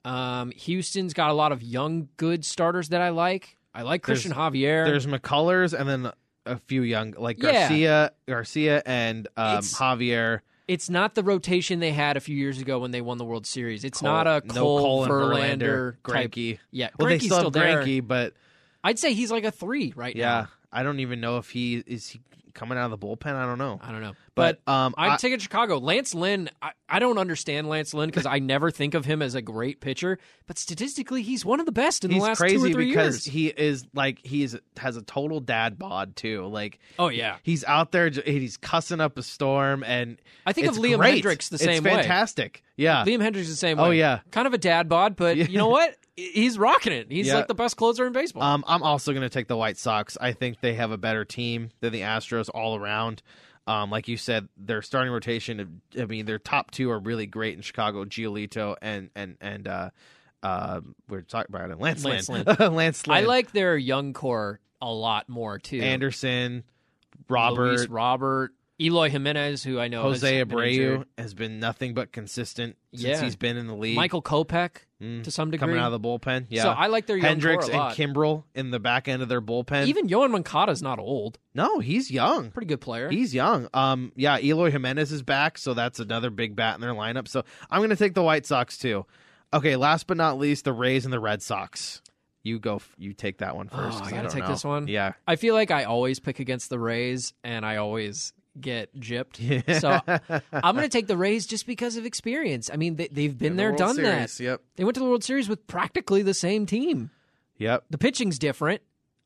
Um, Houston's got a lot of young, good starters that I like. I like There's- Christian Javier. There's McCullers and then a few young like Yeah. Garcia, Garcia and um, It's- Javier. it's not the rotation they had a few years ago when they won the World Series. It's Cole- not a no Cole, and Verlander, type. Greinke. Yeah, Well, Greinke's they still have there. Greinke, but I'd say he's like a three right yeah, now. I don't even know if he is he coming out of the bullpen. I don't know. I don't know, But, um, I'm I- taking Chicago. Lance Lynn. I, I don't understand Lance Lynn because I never think of him as a great pitcher, but statistically, he's one of the best in He's the last crazy two or three years. because he is like he's has a total dad bod too. Like oh yeah, he's out there, j- he's cussing up a storm, and I think of it's Liam great. Hendricks the It's same way. fantastic. Yeah, Liam Hendricks is the same way. Oh, yeah. kind of a dad bod, but Yeah. you know what? I- He's rocking it. He's Yeah. like the best closer in baseball. Um, I'm also going to take the White Sox. I think they have a better team than the Astros all around. Um, like you said, their starting rotation. I mean, their top two are really great in Chicago: Giolito and and and uh, uh, we we're talking about it, Lance Lance Lynn. Lance Lynn. I like their young core a lot more too. Anderson, Luis Robert, Robert, Eloy Jimenez, who I know has Jose been injured. Abreu has been nothing but consistent since Yeah. he's been in the league. Michael Kopech Mm, to some degree. coming out of the bullpen. Yeah, So I like their young Hendricks core a and lot. Kimbrel in the back end of their bullpen. Even Yohan Mankata's not old. no, he's young. Pretty good player. He's young. Um, yeah, Eloy Jimenez is back, so that's another big bat in their lineup. So I'm going to take the White Sox too. Okay, last but not least, the Rays and the Red Sox. You go. f- You take that one Oh, first. 'cause I I gotta don't take know. this one? Yeah. I feel like I always pick against the Rays and I always get gypped. So I'm going to take the Rays just because of experience. I mean, they, they've been there, done that. Yep. They went to the World Series with practically the same team. Yep. The pitching's different.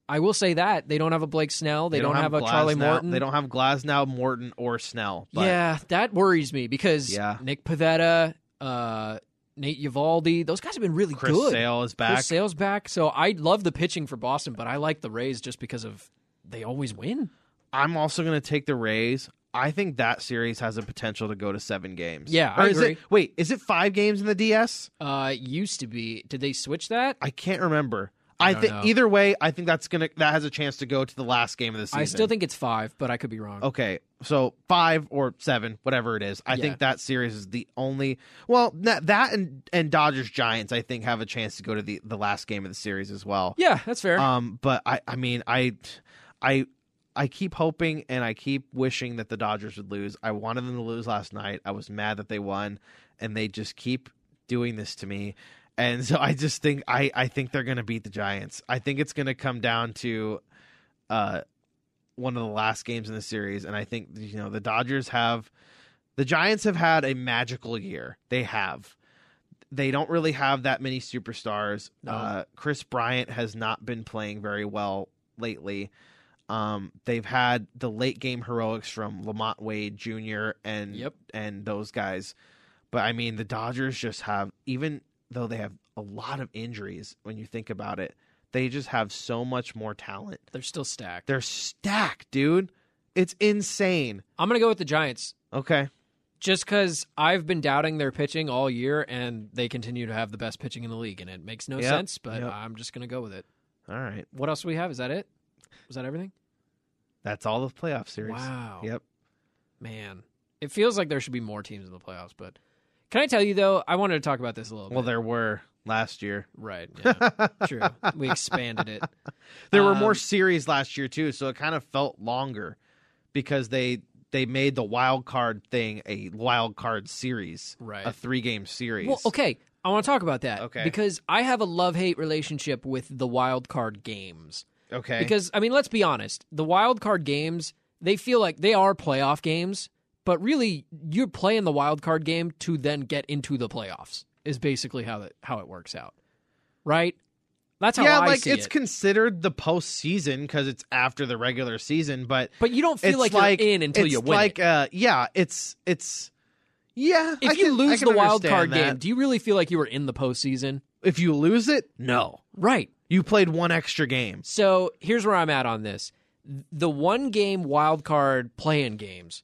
I will say that they don't have a Blake Snell. They, don't, have, a Charlie Glasnow- Morton. They don't have Glasnow, Morton, or Snell. But yeah, that worries me because Yeah. Nick Pavetta, uh, Nate Uvalde, those guys have been really Chris good. Sale is back. Chris Sale's back. So I love the pitching for Boston, but I like the Rays just because of they always win. I'm also going to take the Rays. I think that series has a potential to go to seven games. Yeah, Or I is agree. It, wait, is it five games in the DS? Uh, it used to be. Did they switch that? I can't remember. I I don't know. think either way, I think that's gonna that has a chance to go to the last game of the season. I still think it's five, but I could be wrong. okay, so five or seven, whatever it is. I Yeah. think that series is the only. Well, that, that and and Dodgers Giants, I think, have a chance to go to the the last game of the series as well. Yeah, that's fair. Um, but I I mean I I. I keep hoping and I keep wishing that the Dodgers would lose. I wanted them to lose last night. I was mad that they won, and they just keep doing this to me. And so I just think I I think they're going to beat the Giants. I think it's going to come down to uh one of the last games in the series and I think you know the Dodgers have the Giants have had a magical year. They have. They don't really have that many superstars. No. Uh Chris Bryant has not been playing very well lately. Um they've had the late game heroics from Lamont Wade Jr. and Yep. and those guys. But I mean, the Dodgers just have, even though they have a lot of injuries when you think about it, they just have so much more talent. They're still stacked. They're stacked, dude. It's insane. I'm gonna go with the Giants Okay. just because I've been doubting their pitching all year, and they continue to have the best pitching in the league, and it makes no Yep, sense. But yep. I'm just gonna go with it. All right. What else do we have? Is that it? Was that everything? That's all the playoff series. Wow. Yep. Man, it feels like there should be more teams in the playoffs. But can I tell you though? I wanted to talk about this a little Well, bit. there were last year. Right. Yeah. True. We expanded it. There were more Um, series last year, too. So it kind of felt longer because they they made the wild card thing a wild card series, Right. A three game series. Well, okay. I want to talk about that. Okay. Because I have a love hate relationship with the wild card games. okay, Because I mean, let's be honest, the wild card games they feel like they are playoff games, but really you're playing the wild card game to then get into the playoffs. Is basically how that how it works out, right? That's how yeah, I like see it's it. considered the postseason because it's after the regular season, but but you don't feel it's like, you're in until it's you win. Like, it. uh, yeah, it's it's yeah. If I you can- I lose can the wild understand card game, that. do you really feel like you were in the postseason? if you lose it, no, Right. you played one extra game. So here's where I'm at on this. The one game wild card playing games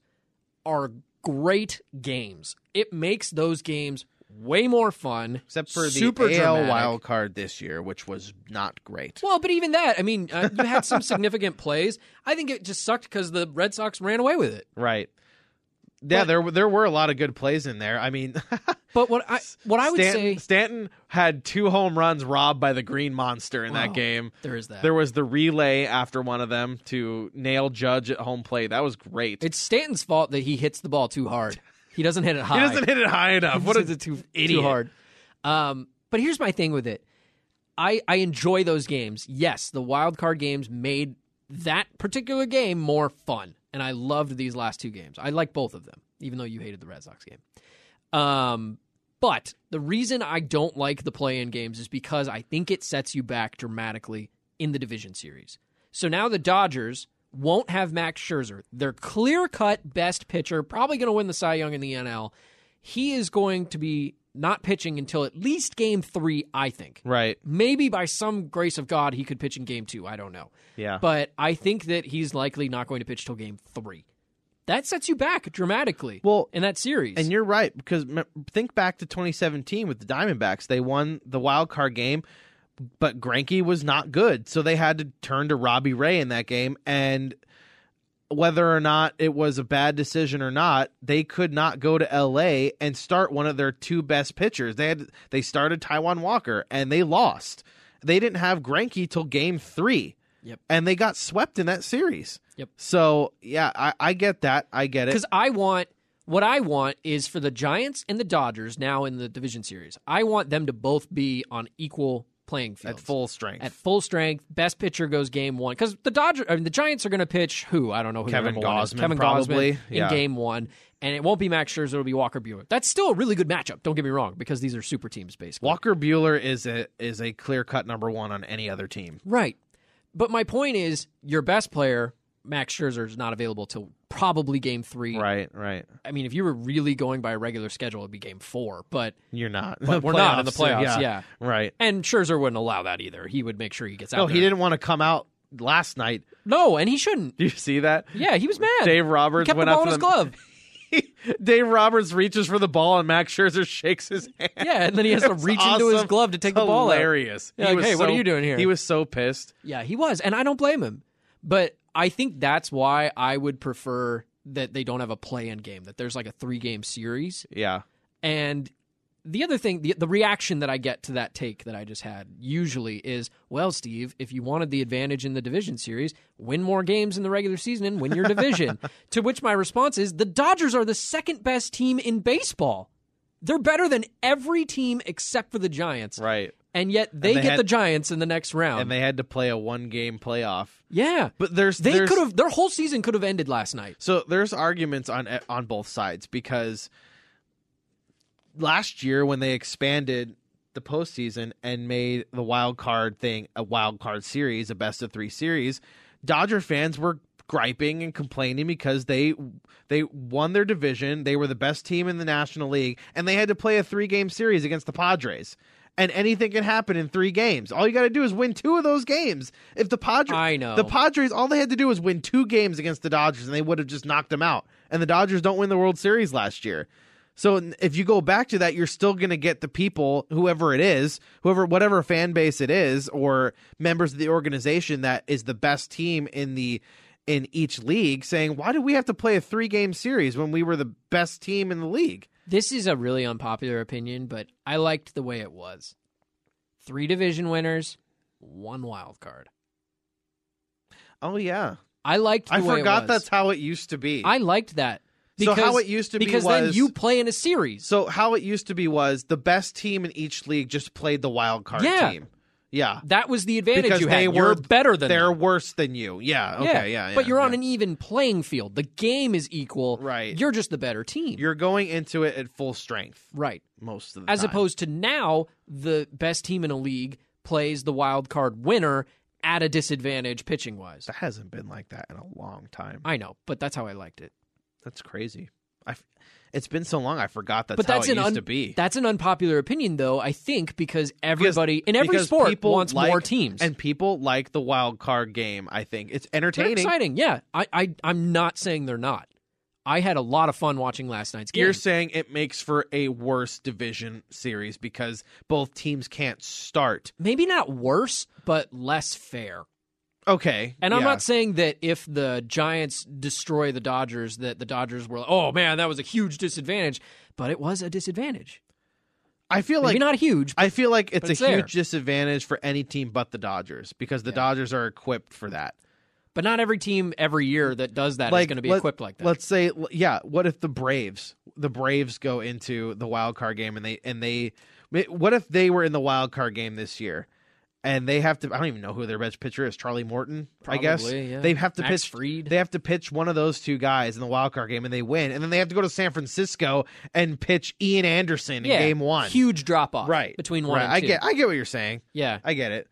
are great games. It makes those games way more fun. Except for the super AL dramatic. wild card this year, which was not great. Well, but even that, I mean, uh, you had some significant plays. I think it just sucked because the Red Sox ran away with it. Right. Yeah, But- there were- there were a lot of good plays in there. I mean, But what I what I would Stanton, say Stanton had two home runs robbed by the Green Monster in Wow. that game. there is that There was the relay after one of them to nail Judge at home plate. That was great. it's Stanton's fault that he hits the ball too hard. He doesn't hit it high. he doesn't hit it high enough. What is Because it? it's too idiot. Too hard. Um, but here's my thing with it. I I enjoy those games. Yes, the wild card games made that particular game more fun, and I loved these last two games. I like both of them, even though you hated the Red Sox game. Um, but the reason I don't like the play-in games is because I think it sets you back dramatically in the division series. So now the Dodgers won't have Max Scherzer, their clear-cut best pitcher, probably going to win the Cy Young in the NL. He is going to be not pitching until at least game 3, I think. Right. Maybe by some grace of God he could pitch in game 2, I don't know. Yeah. But I think that he's likely not going to pitch till game 3. That sets you back dramatically Well, in that series. And you're right because m- think back to 2017 with the Diamondbacks. They won the wild card game, but Granky was not good, so they had to turn to Robbie Ray in that game. And whether or not it was a bad decision or not, they could not go to L.A. and start one of their two best pitchers. They had they started Taiwan Walker and they lost. They didn't have Granky till Game Three. Yep. And they got swept in that series. Yep. So yeah, I, I get that. I get it. Because I want what I want is for the Giants and the Dodgers now in the division series. I want them to both be on equal playing field At full strength. At full strength, best pitcher goes game one because the Dodger, I mean, the Giants are going to pitch who I don't know who their Kevin number one is. Gausman, Kevin probably. Gausman Yeah. in game one, and it won't be Max Scherzer, it'll be Walker Bueller. That's still a really good matchup. Don't get me wrong, because these are super teams basically. Walker Bueller is a is a clear cut number one on any other team. Right. But my point is, your best player, Max Scherzer, is not available till probably game three. Right, right. I mean, if you were really going by a regular schedule, it'd be game four. But You're not. But The we're not in the so playoffs, yeah. Right. and Scherzer wouldn't allow that either. He would make sure he gets out. No, he there. didn't want to come out last night. No, and he shouldn't. Do you see that? Yeah, he was mad. Dave he Roberts kept the went ball in up to his the- glove. Dave Roberts reaches for the ball and Max Scherzer shakes his hand. Yeah, and then he has to It's reach into his awesome. glove to take the ball out. Hilarious. Yeah, He like, was "Hey, what are so- you doing here?" He was so pissed. Yeah, he was, and I don't blame him. But I think that's why I would prefer that they don't have a play-in game. That there's like a three-game series. Yeah. And the other thing, the, the reaction that I get to that take that I just had usually is, well, Steve, if you wanted the advantage in the division series, win more games in the regular season and win your division. to which my response is, the Dodgers are the second best team in baseball. They're better than every team except for the Giants. Right. And yet they, they get had- the Giants in the next round. And they had to play a one game playoff. yeah. But there's They there's- could have their whole season could have ended last night. So there's arguments on eh, on both sides because last year when they expanded the postseason and made the wild card thing a wild card series, a best of three series, Dodger fans were griping and complaining because they they won their division, they were the best team in the National League, and they had to play a three game series against the Padres. And anything can happen in three games. All you got to do is win two of those games. If the Padres, I know. the Padres, all they had to do was win two games against the Dodgers, and they would have just knocked them out. And the Dodgers don't win the World Series last year. So n- if you go back to that, you're still going to get the people, whoever it is, whoever, whatever fan base it is, or members of the organization that is the best team in the in each league, saying, "Why do we have to play a three game series when we were the best team in the league?" This is a really unpopular opinion, but I liked the way it was. Three division winners, one wild card. Oh yeah, I liked. The I way it forgot was. that's how it used to be. I liked that. So how Because, it used to be because then was- you play in a series. so how it used to be was the best team in each league just played the wild card Yeah. team. Yeah. that was the advantage Because you had. they You're were better than They're them. worse than you. Yeah. Okay. Yeah. yeah, but you're on yeah. an even playing field. The game is equal. Right. You're just the better team. You're going into it at full strength right. most of the As time. opposed to now, the best team in a league plays the wild card winner at a disadvantage pitching wise. that hasn't been like that in a long time. I know, but that's how I liked it. That's crazy. I f- it's been so long I forgot that's, but that's how it an used un- to be. that's an unpopular opinion though. I think because Because- everybody in every because sport people wants more like- teams. and people like the wild card game. I think it's They're entertaining. exciting. Yeah, I, I I'm not saying they're not. I had a lot of fun watching last night's game. You're saying it makes for a worse division series because both teams can't start. Maybe not worse, but less fair. Okay, And I'm yeah. not saying that if the Giants destroy the Dodgers, that the Dodgers were, oh man, that was a huge disadvantage. But it was a disadvantage. I feel Maybe like not huge. But I feel like it's but a it's there. huge disadvantage for any team but the Dodgers because the Dodgers are equipped for that. but not every team every year that does that is Like, going to be let- equipped like that. Let's say, l- yeah. What if the Braves, the Braves go into the wild card game and they and they, what if they were in the wild card game this year, and they have to? I don't even know who their best pitcher is. Charlie Morton, I guess. Probably, yeah. They have to Max pitch. Fried. They have to pitch one of those two guys in the wild card game, and they win, and then they have to go to San Francisco and pitch Ian Anderson in yeah, game one. Huge drop off right between one Right. and I two. get. I get what you're saying. yeah. I get it.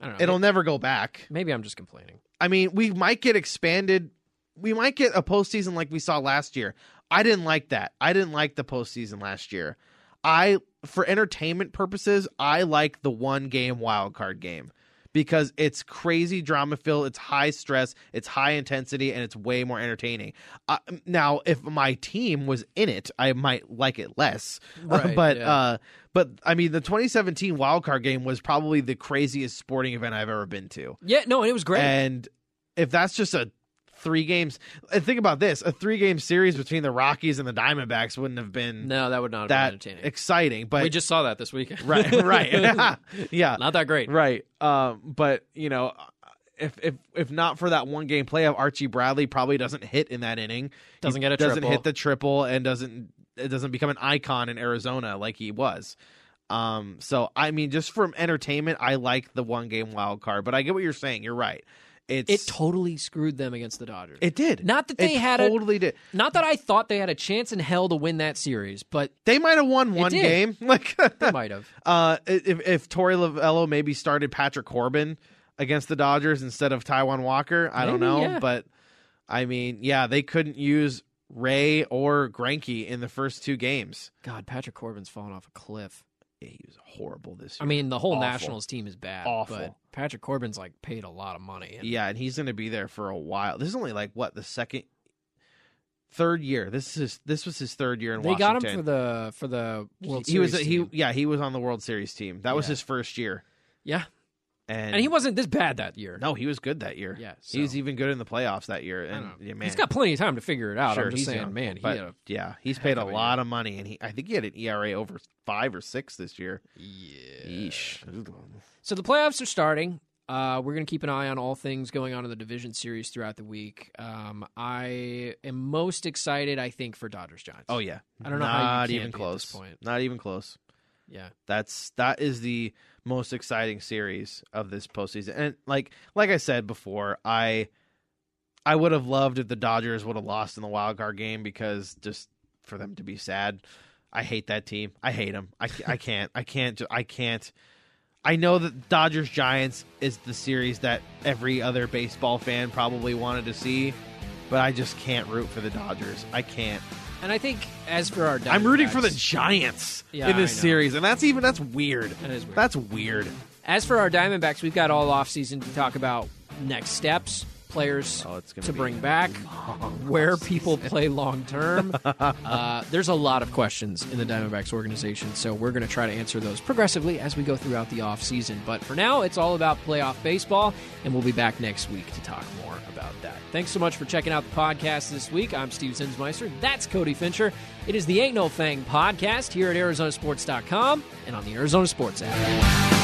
I don't know. It'll never go back. Maybe I'm just complaining. I mean, we might get expanded. We might get a postseason like we saw last year. I didn't like that. I didn't like the postseason last year. I, for entertainment purposes, I like the one game wild card game because it's crazy drama filled. It's high stress. It's high intensity, and it's way more entertaining. Uh, now, if my team was in it, I might like it less. Right, but yeah. uh, but I mean, the 2017 wild card game was probably the craziest sporting event I've ever been to. Yeah, no, and it was great. And if that's just a three games, and think about this: a three game series between the Rockies and the Diamondbacks wouldn't have been no, that would not have been that entertaining. exciting. But we just saw that this weekend. right, right, yeah, not that great. right. Um, but you know, if if if not for that one game playoff, Archie Bradley probably doesn't hit in that inning. He Doesn't get a doesn't triple. hit the triple and doesn't it doesn't become an icon in Arizona like he was. Um, so I mean, just from entertainment, I like the one game wild card, but I get what you're saying. You're right. It's It totally screwed them against the Dodgers. It did. Not that they it had a- totally did. Not that I thought they had a chance in hell to win that series, but They might have won one did. game. Like they might have. uh if if Tori Lavello maybe started Patrick Corbin against the Dodgers instead of Taiwan Walker, I don't Maybe, know, yeah. but I mean, yeah, they couldn't use Ray or Granky in the first two games. God, Patrick Corbin's fallen off a cliff. Yeah, he was horrible this year. I mean, the whole Awful. Nationals team is bad. Awful. But Patrick Corbin's like paid a lot of money. And yeah, and he's going to be there for a while. This is only like what the second third year. This is this was his third year in they Washington. got him for the for the World he Series. was team. he yeah, he was on the World Series team. That was Yeah. his first year. yeah, And, and he wasn't this bad that year. No, he was good that year. Yeah, he was so- even good in the playoffs that year. I And don't know. yeah, e- man, he's got plenty of time to figure it out. sure, I'm just he's saying, young, man, he uh, but had a, yeah, he's paid a of a lot of money, and he I think he had an ERA over five or six this year. yeah. Yeesh. So the playoffs are starting. Uh, we're going to keep an eye on all things going on in the division series throughout the week. Um, I am most excited, I think, for Dodgers Giants. Oh yeah, I don't know Not how you can't even be at close. this point. Not even close. yeah. That's that is the most exciting series of this postseason. And like like I said before, I I would have loved if the Dodgers would have lost in the wild card game because just for them to be sad. I hate that team. I hate them. I, ca- I can't. I can't. ju- I can't. I know that Dodgers Giants is the series that every other baseball fan probably wanted to see, but I just can't root for the Dodgers. I can't. And I think as for our, I'm rooting for the Diamondbacks- Giants Yeah, in this I know. series, and that's even that's weird. That is weird. That's weird. As for our Diamondbacks, we've got all offseason to talk about next steps, players Oh, it's gonna to be bring back, where people play long term. uh, there's a lot of questions in the Diamondbacks organization, so we're going to try to answer those progressively as we go throughout the offseason. But for now, it's all about playoff baseball, and we'll be back next week to talk more about that. Thanks so much for checking out the podcast this week. I'm Steve Zinsmeister. That's Cody Fincher. It is the Ain't No Fang podcast here at Arizonasports.com and on the Arizona Sports app.